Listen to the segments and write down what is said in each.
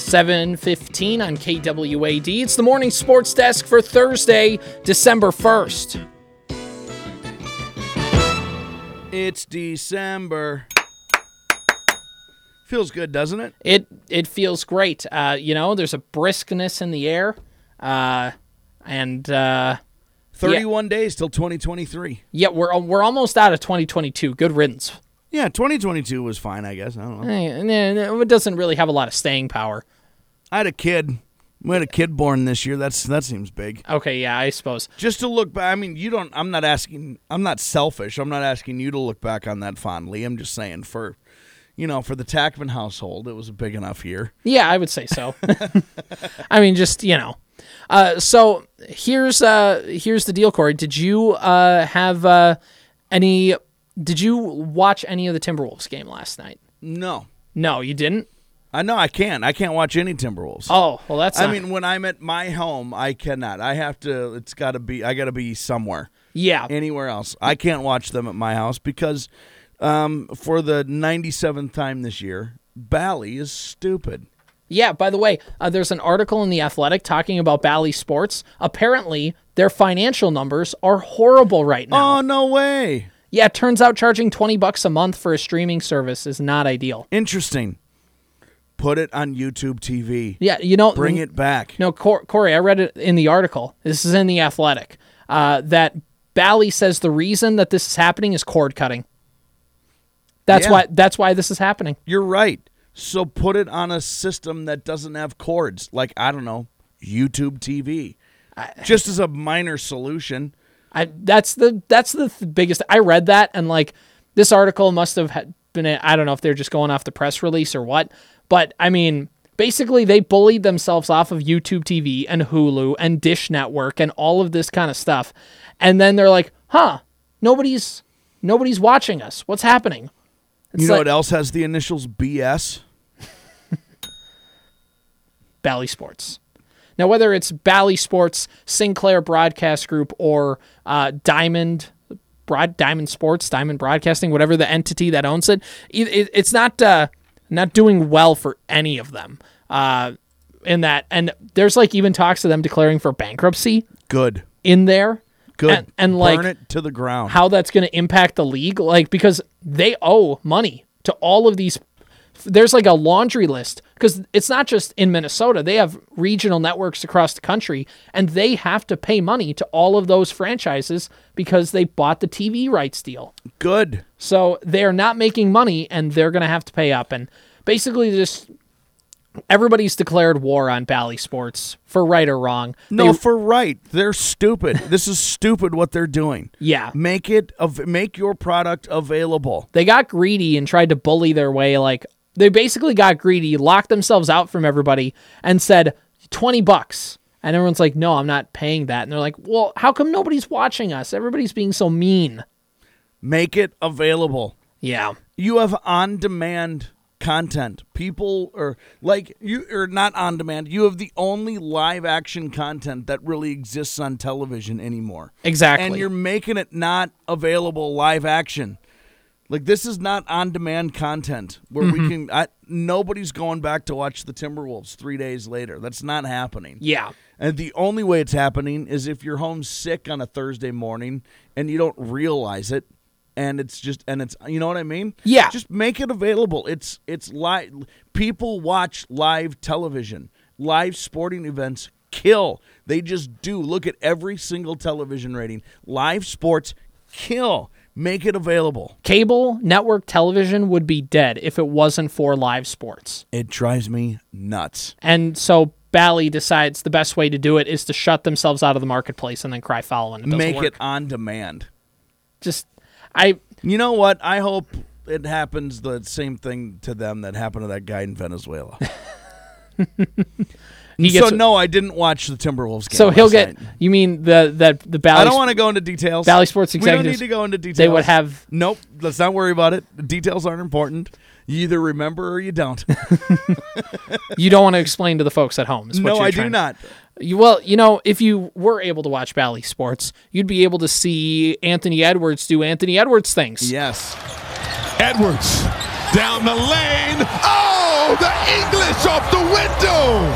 7:15 on KWAD. It's the morning sports desk for Thursday, December 1st. It's December. Feels good, doesn't it? It it feels great. Uh, you know, there's a briskness in the air, uh, and uh, 31 days till 2023. yeah, we're we're almost out of 2022. Good riddance. Yeah, 2022 was fine, I guess. I don't know. Eh, eh, It doesn't really have a lot of staying power. I had a kid. We had a kid born this year. That's that seems big. Okay, yeah, I suppose. Just to look back, I mean, you don't. I'm not asking. I'm not selfish. I'm not asking you to look back on that fondly. I'm just saying for, you know, for the Tackman household, it was a big enough year. Yeah, I would say so. I mean, just you know. Uh, so here's uh, here's the deal, Corey. Did you uh, have uh, any? Did you watch any of the Timberwolves game last night? No, No, you didn't. I know I can't. I can't watch any Timberwolves. Oh, well, that's. I not- mean, when I'm at my home, I cannot. I have to. It's got to be. I got to be somewhere, yeah, anywhere else. I can't watch them at my house because, um, for the 97th time this year, Bally is stupid. yeah. By the way, uh, there's an article in the Athletic talking about Bally Sports. Apparently, their financial numbers are horrible right now. Oh no way! yeah, it turns out charging twenty bucks a month for a streaming service is not ideal. Interesting. Put it on YouTube TV. Yeah, you know, Bring it back. No, Cor- Corey, I read it in the article. This is in the Athletic. Uh, that Bally says the reason that this is happening is cord cutting. That's Yeah. why. That's why this is happening. You're right. So put it on a system that doesn't have cords, like I don't know, YouTube TV. Just as a minor solution. I, that's the that's the th- biggest. I read that and like this article must have had been. a- I don't know if they're just going off the press release or what, but I mean, basically they bullied themselves off of YouTube TV and Hulu and Dish Network and all of this kind of stuff, and then they're like, "Huh, nobody's nobody's watching us. What's happening?" It's you know like- what else has the initials BS? Bally Sports. Now, whether it's Bally Sports, Sinclair Broadcast Group, or uh, Diamond Broad Diamond Sports, Diamond Broadcasting, whatever the entity that owns it, it, it it's not uh, not doing well for any of them. Uh, in that, and there's like even talks of them declaring for bankruptcy Good. in there. Good. and, and burn like it to the ground. how that's going to impact the league like because they owe money to all of these there's like a laundry list because it's not just in Minnesota. They have regional networks across the country and they have to pay money to all of those franchises because they bought the TV rights deal. Good. So they're not making money and they're going to have to pay up. And basically, just everybody's declared war on Bally Sports for right or wrong. No, They- for right. They're stupid. this is stupid what they're doing. yeah. Make it of make your product available. they got greedy and tried to bully their way like they basically got greedy locked themselves out from everybody and said 20 bucks and everyone's like no i'm not paying that and they're like well how come nobody's watching us everybody's being so mean Make it available. yeah you have on demand content people or like you or not on demand you have the only live action content that really exists on television anymore Exactly. and you're making it not available live action like this is not on demand content where we can I, nobody's going back to watch the timberwolves three days later that's not happening yeah and the only way it's happening is if you're home sick on a Thursday morning and you don't realize it and it's just and it's you know what I mean? Yeah. Just make it available. It's it's live people watch live television. Live sporting events kill. They just do. Look at every single television rating. Live sports kill. Make it available. cable network television would be dead if it wasn't for live sports It drives me nuts. and so Bally decides the best way to do it is to shut themselves out of the marketplace and then cry foul when it doesn't Make work. it on demand. just I You know what? I hope it happens the same thing to them that happened to that guy in Venezuela. he so gets no, I didn't watch the Timberwolves game. so he'll last get night. you mean the that the Bally I don't want to go into details. Valley Sports We don't executives, need to go into details. they would have- Nope. Let's not worry about it. The details aren't important. You either remember or you don't. you don't want to explain to the folks at home. Is what no, you're I trying do to- not. You, well, you know, if you were able to watch Bally Sports, you'd be able to see Anthony Edwards do Anthony Edwards things. Yes. Edwards down the lane. Oh, blow the English off the window.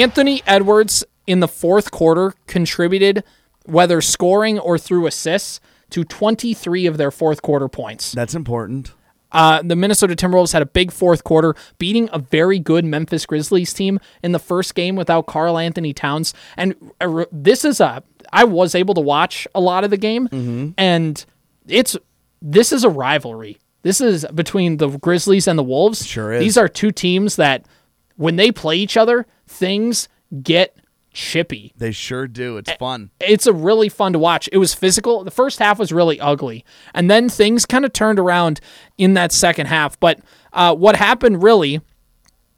Anthony Edwards in the fourth quarter contributed, whether scoring or through assists, to 23 of their fourth quarter points. That's important. Uh, the Minnesota Timberwolves had a big fourth quarter, beating a very good Memphis Grizzlies team in the first game without Carl Anthony Towns. And I re- this is a I was able to watch a lot of the game, Mm-hmm. and it's this is a rivalry. This is between the Grizzlies and the Wolves. Sure is. These are two teams that when they play each other, things get chippy They sure do. Eh. It's fun. it's a really fun to watch. It was physical. The first half was really ugly, and then things kind of turned around in that second half. But uh, what happened really,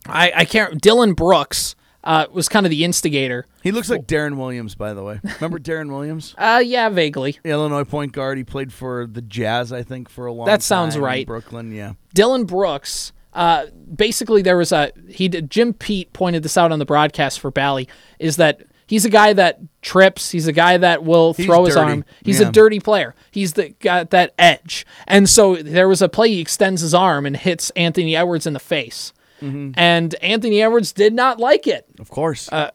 I, I can't. Dylan Brooks uh, was kind of the instigator. He looks like Darren Williams, by the way. Remember Darren Williams? Uh, yeah, vaguely. The Illinois point guard. He played for the Jazz, I think, for a long time. That sounds in right. Brooklyn, yeah. Dylan Brooks. Uh, basically, there was a he. Did, Jim Pete pointed this out on the broadcast for Bally. Is that he's a guy that trips. He's a guy that will throw his dirty. arm. He's Yeah. a dirty player. He's the got that edge. And so there was a play. He extends his arm and hits Anthony Edwards in the face. Mm-hmm. And Anthony Edwards did not like it Of course. Uh,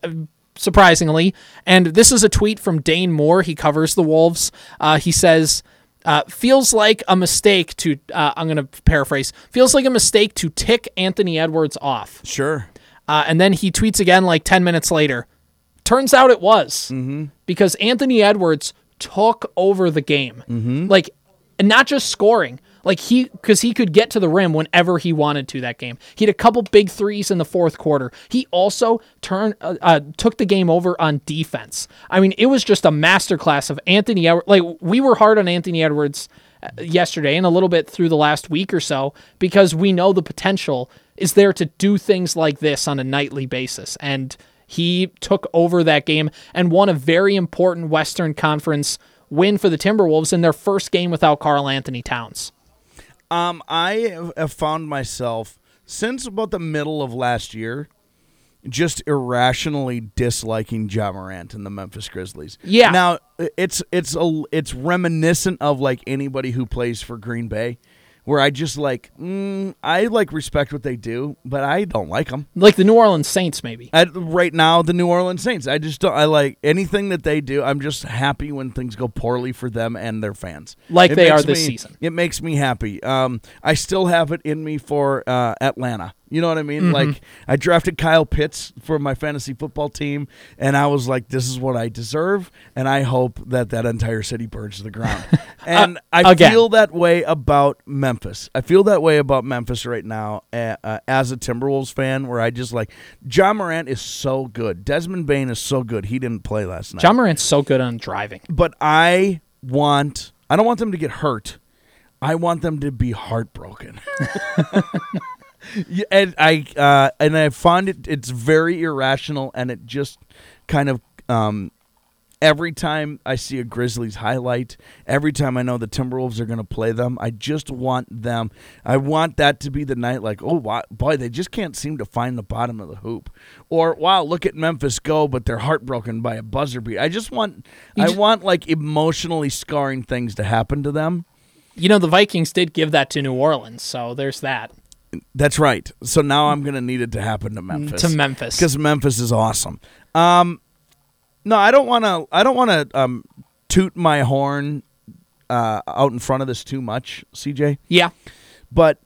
surprisingly. And this is a tweet from Dane Moore. He covers the Wolves. Uh, he says, uh, feels like a mistake to, uh, I'm going to paraphrase, feels like a mistake to tick Anthony Edwards off. sure. Uh, and then he tweets again like 10 minutes later. Turns out it was mm-hmm. because Anthony Edwards took over the game. Like, and not just scoring. Like he, because he could get to the rim whenever he wanted to that game. He had a couple big threes in the fourth quarter. He also turned, uh, uh, took the game over on defense. I mean, it was just a masterclass of Anthony. Edwards. Like we were hard on Anthony Edwards uh, yesterday and a little bit through the last week or so because we know the potential is there to do things like this on a nightly basis. And he took over that game and won a very important Western Conference win for the Timberwolves in their first game without Carl Anthony Towns. Um, I have- have found myself since about the middle of last year just irrationally disliking Ja Morant and the Memphis Grizzlies. Yeah. Now it's it's a it's reminiscent of like anybody who plays for Green Bay, where I just like mm, I like respect what they do, but I don't like them. Like the New Orleans Saints, maybe. I, right now, the New Orleans Saints. I just don't. I like anything that they do. I'm just happy when things go poorly for them and their fans, Like they makes are this me- season. It makes me happy. Um, I still have it in me for uh, Atlanta. You know what I mean? Mm-hmm. Like I drafted Kyle Pitts for my fantasy football team, and I was like, "This is what I deserve," and I hope that that entire city burns to the ground. and I again. feel that way about Memphis. I feel that way about Memphis right now uh, uh, as a Timberwolves fan, where I just like John Morant is so good. Desmond Bain is so good. He didn't play last night John Morant's so good on driving. but I want I don't want them to get hurt. I want them to be heartbroken. Yeah, and I uh, and I find it it's very irrational and it just kind of um, every time I see a Grizzlies highlight, every time I know the Timberwolves are going to play them, I just want them. I want that to be the night like, oh, wow, boy, they just can't seem to find the bottom of the hoop, or wow, look at Memphis go, but they're heartbroken by a buzzer beat. I just want, I just- want like emotionally scarring things to happen to them. You know, the Vikings did give that to New Orleans, so there's that. That's right. So now I'm going to need it to happen to Memphis. To Memphis. because Memphis is awesome. Um, no, I don't want to. I don't want to um, toot my horn uh, out in front of this too much, CJ. Yeah. But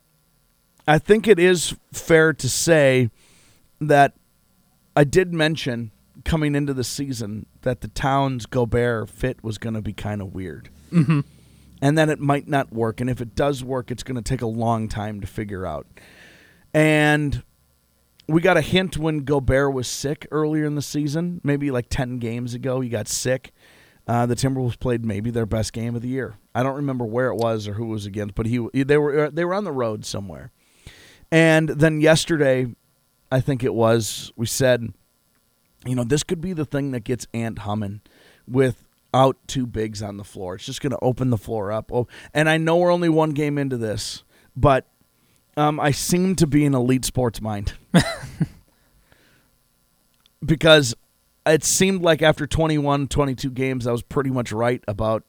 I think it is fair to say that I did mention coming into the season that the town's Gobert fit was going to be kind of weird. Mm-hmm. And that it might not work. And if it does work, it's going to take a long time to figure out. And we got a hint when Gobert was sick earlier in the season, maybe like 10 games ago. He got sick. Uh, the Timberwolves played maybe their best game of the year. I don't remember where it was or who it was against, but he they were uh, they were on the road somewhere. And then yesterday, I think it was, we said, you know, this could be the thing that gets Ant humming without two bigs on the floor. It's just going to open the floor up. Oh, and I know we're only one game into this, but um, I seem to be an elite sports mind because it seemed like after 21, 22 games, I was pretty much right about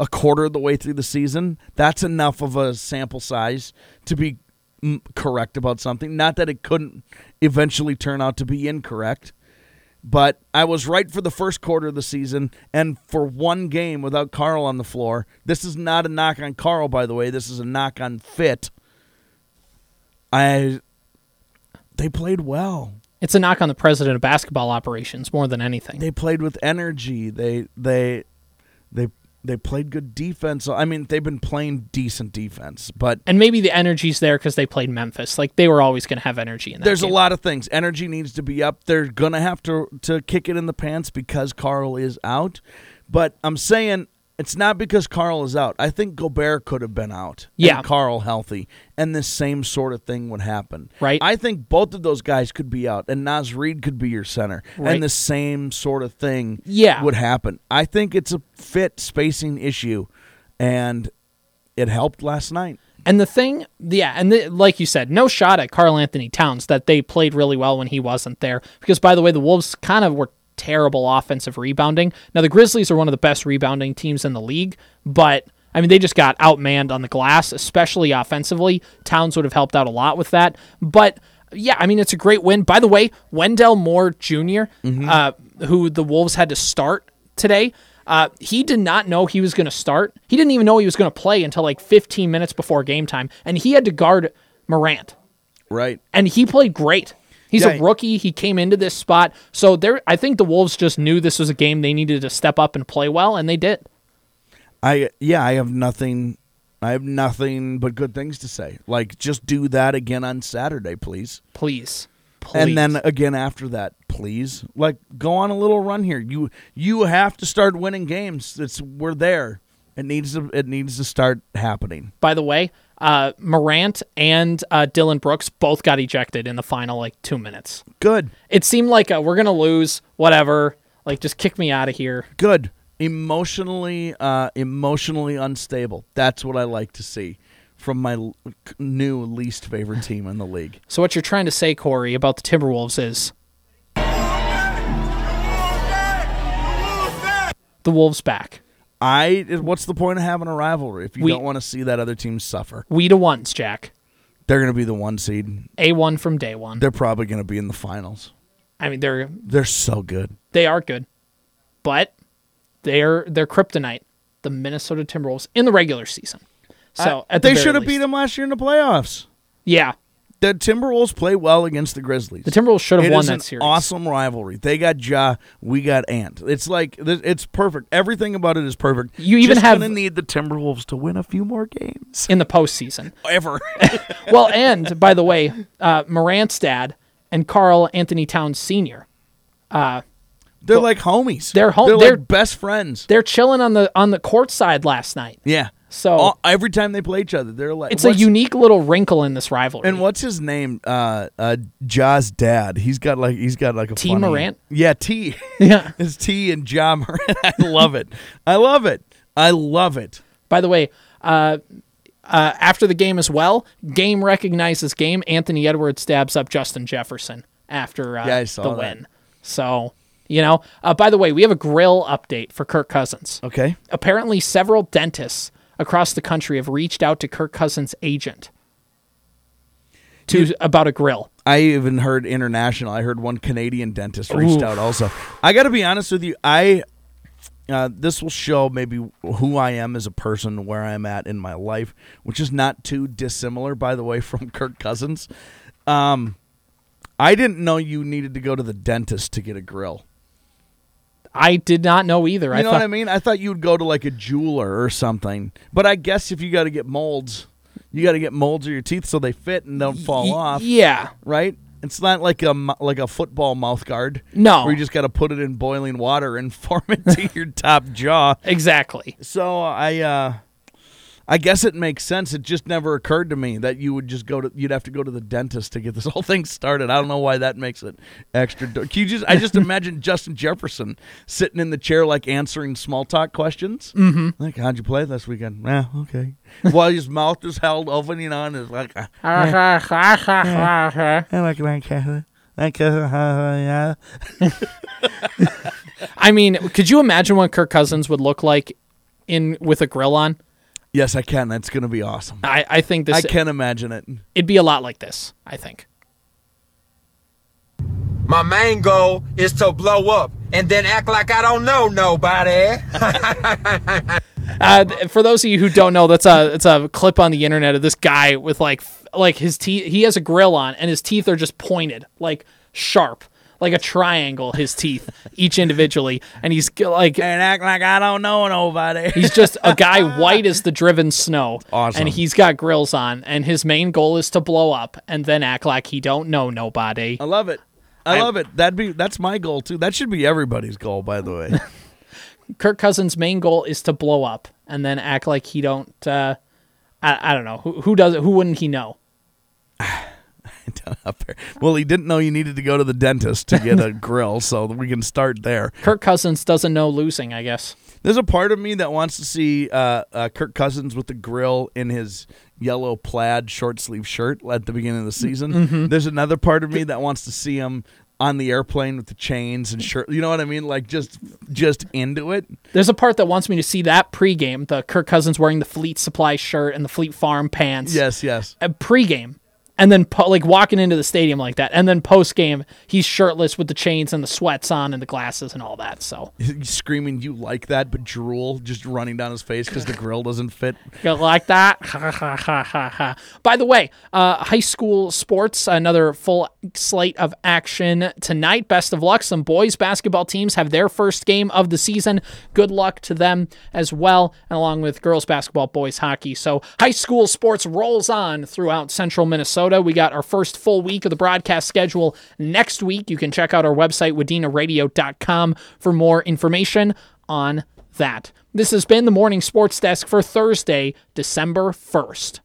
a quarter of the way through the season. That's enough of a sample size to be m- correct about something. Not that it couldn't eventually turn out to be incorrect, but I was right for the first quarter of the season and for one game without Carl on the floor. This is not a knock on Carl, by the way. This is a knock on Fit. I they played well. It's a knock on the president of basketball operations more than anything. They played with energy. They they they they played good defense. I mean, they've been playing decent defense, but and maybe the energy's there because they played Memphis. Like they were always going to have energy in that. there's a game. lot of things. Energy needs to be up. They're gonna have to to kick it in the pants because Carl is out. But I'm saying it's not because Carl is out. I think Gobert could have been out. and Yeah. Carl healthy, and this same sort of thing would happen. Right. I think both of those guys could be out, and Nas Reed could be your center, Right. and the same sort of thing. Yeah. Would happen. I think it's a fit spacing issue, and it helped last night. And the thing, yeah, and the, like you said, no shot at Carl Anthony Towns that they played really well when he wasn't there. Because, by the way, the Wolves kind of were terrible offensive rebounding. Now, the Grizzlies are one of the best rebounding teams in the league, but, I mean, they just got outmanned on the glass, especially offensively. Towns would have helped out a lot with that. But, yeah, I mean, it's a great win. By the way, Wendell Moore junior uh, who the Wolves had to start today. Uh, he did not know he was going to start. He didn't even know he was going to play until like 15 minutes before game time, and he had to guard Morant, Right. and he played great. He's Yeah. a rookie. He came into this spot, so there. I think the Wolves just knew this was a game they needed to step up and play well, and they did. I yeah, I have nothing. I have nothing but good things to say. Like, just do that again on Saturday, please, Please, please. and then again after that, please. Like, go on a little run here. You you have to start winning games. It's we're there. It needs to it needs to start happening. by the way, uh, Morant and uh, Dylan Brooks both got ejected in the final like two minutes. Good, It seemed like uh we're gonna lose, whatever. Like just kick me out of here. good. Emotionally, uh, emotionally unstable. That's what I like to see from my l- new least favorite team in the league. So what you're trying to say, Corey, about the Timberwolves is the Wolves back. I what's the point of having a rivalry if you We- don't want to see that other team suffer? We to ones, Jack. They're going to be the one seed. A one from day one. They're probably going to be in the finals. I mean, they're They're so good. they are good, but they're they're kryptonite. The Minnesota Timberwolves in the regular season. So at the they very should have least- beat them last year in the playoffs. Yeah, The Timberwolves play well against the Grizzlies. the Timberwolves should have It won is that an series. awesome rivalry. They got Ja, we got Ant. It's like th- it's perfect. Everything about it is perfect. You even Just have- gonna need the Timberwolves to win a few more games in the postseason. ever. well, and by the way, uh, Morant's dad and Carl Anthony Towns Sr. they're like homies. They're hom- They're, they're- like best friends. They're chilling on the on the court side last night. yeah. So- All- every time they play each other, they're like It's a what's- unique little wrinkle in this rivalry. And what's his name? Uh, uh, Ja's dad. He's got like he's got like a T. funny- Morant? Yeah, T. Yeah. it's T and Ja Morant. I love it. I love it. I love it. By the way, uh, uh, after the game as well, game recognizes game. Anthony Edwards stabs up Justin Jefferson after uh, Yeah, I saw the that. win. So you know. Uh, by the way, we have a grill update for Kirk Cousins. Okay. Apparently, several dentists across the country have reached out to Kirk Cousins' agent to about a grill. I even heard international. I heard one Canadian dentist reached Oof. out also. I got to be honest with you. I uh, this will show maybe who I am as a person, where I'm at in my life, which is not too dissimilar, by the way, from Kirk Cousins. Um, I didn't know you needed to go to the dentist to get a grill. I did not know either. You I know thought what I mean? I thought you would go to like a jeweler or something. But I guess if you got to get molds, you got to get molds of your teeth so they fit and don't fall Y- off, Yeah, right? It's not like a mo- like a football mouth guard. No. where you just got to put it in boiling water and form it to your top jaw. exactly. So I, uh I guess it makes sense. It just never occurred to me that you would just go to you'd have to go to the dentist to get this whole thing started. I don't know why that makes it extra. dar- Can you just I just imagine Justin Jefferson sitting in the chair like answering small talk questions. Mm-hmm. Like how'd you play this weekend? Yeah, okay. While his mouth is held open, you know, and it's like. "Ah, I I like my cat. My cat, uh, yeah." mean, could you imagine what Kirk Cousins would look like in with a grill on? Yes, I can. That's going to be awesome. I, I think this I can imagine it. it'd be a lot like this. I think. My main goal is to blow up and then act like I don't know nobody. Uh, th- for those of you who don't know, that's a it's a clip on the internet of this guy with like f- like his teeth. He has a grill on, and his teeth are just pointed, like sharp, like a triangle. His teeth, each individually, and he's g- like And act like I don't know nobody. he's just a guy white as the driven snow, Awesome. and he's got grills on, and his main goal is to blow up and then act like he don't know nobody. I love it. I love it. That'd be that's my goal too. That should be everybody's goal, by the way. Kirk Cousins' main goal is to blow up and then act like he don't. Uh, I, I don't know who who does it. Who wouldn't he know? Down up there. Well, he didn't know you needed to go to the dentist to get a grill, so we can start there. Kirk Cousins doesn't know losing, I guess. There's a part of me that wants to see uh, uh, Kirk Cousins with the grill in his yellow plaid short sleeve shirt at the beginning of the season. There's another part of me that wants to see him on the airplane with the chains and shirt. You know what I mean? Like just just into it. There's a part that wants me to see that pregame, the Kirk Cousins wearing the Fleet Supply shirt and the Fleet Farm pants. Yes, yes. Uh, pregame. And then, po- like, walking into the stadium like that. And then postgame, he's shirtless with the chains and the sweats on and the glasses and all that. So, Screaming, you like that, but drool just running down his face because the grill doesn't fit. you like that? Ha, ha, ha, ha, ha. By the way, uh, high school sports, another full slate of action tonight. Best of luck. Some boys basketball teams have their first game of the season. Good luck to them as well, and along with girls basketball, boys hockey. So high school sports rolls on throughout central Minnesota. We got our first full week of the broadcast schedule next week. You can check out our website, wadinaradio.com, for more information on that. This has been the Morning Sports Desk for Thursday, December 1st.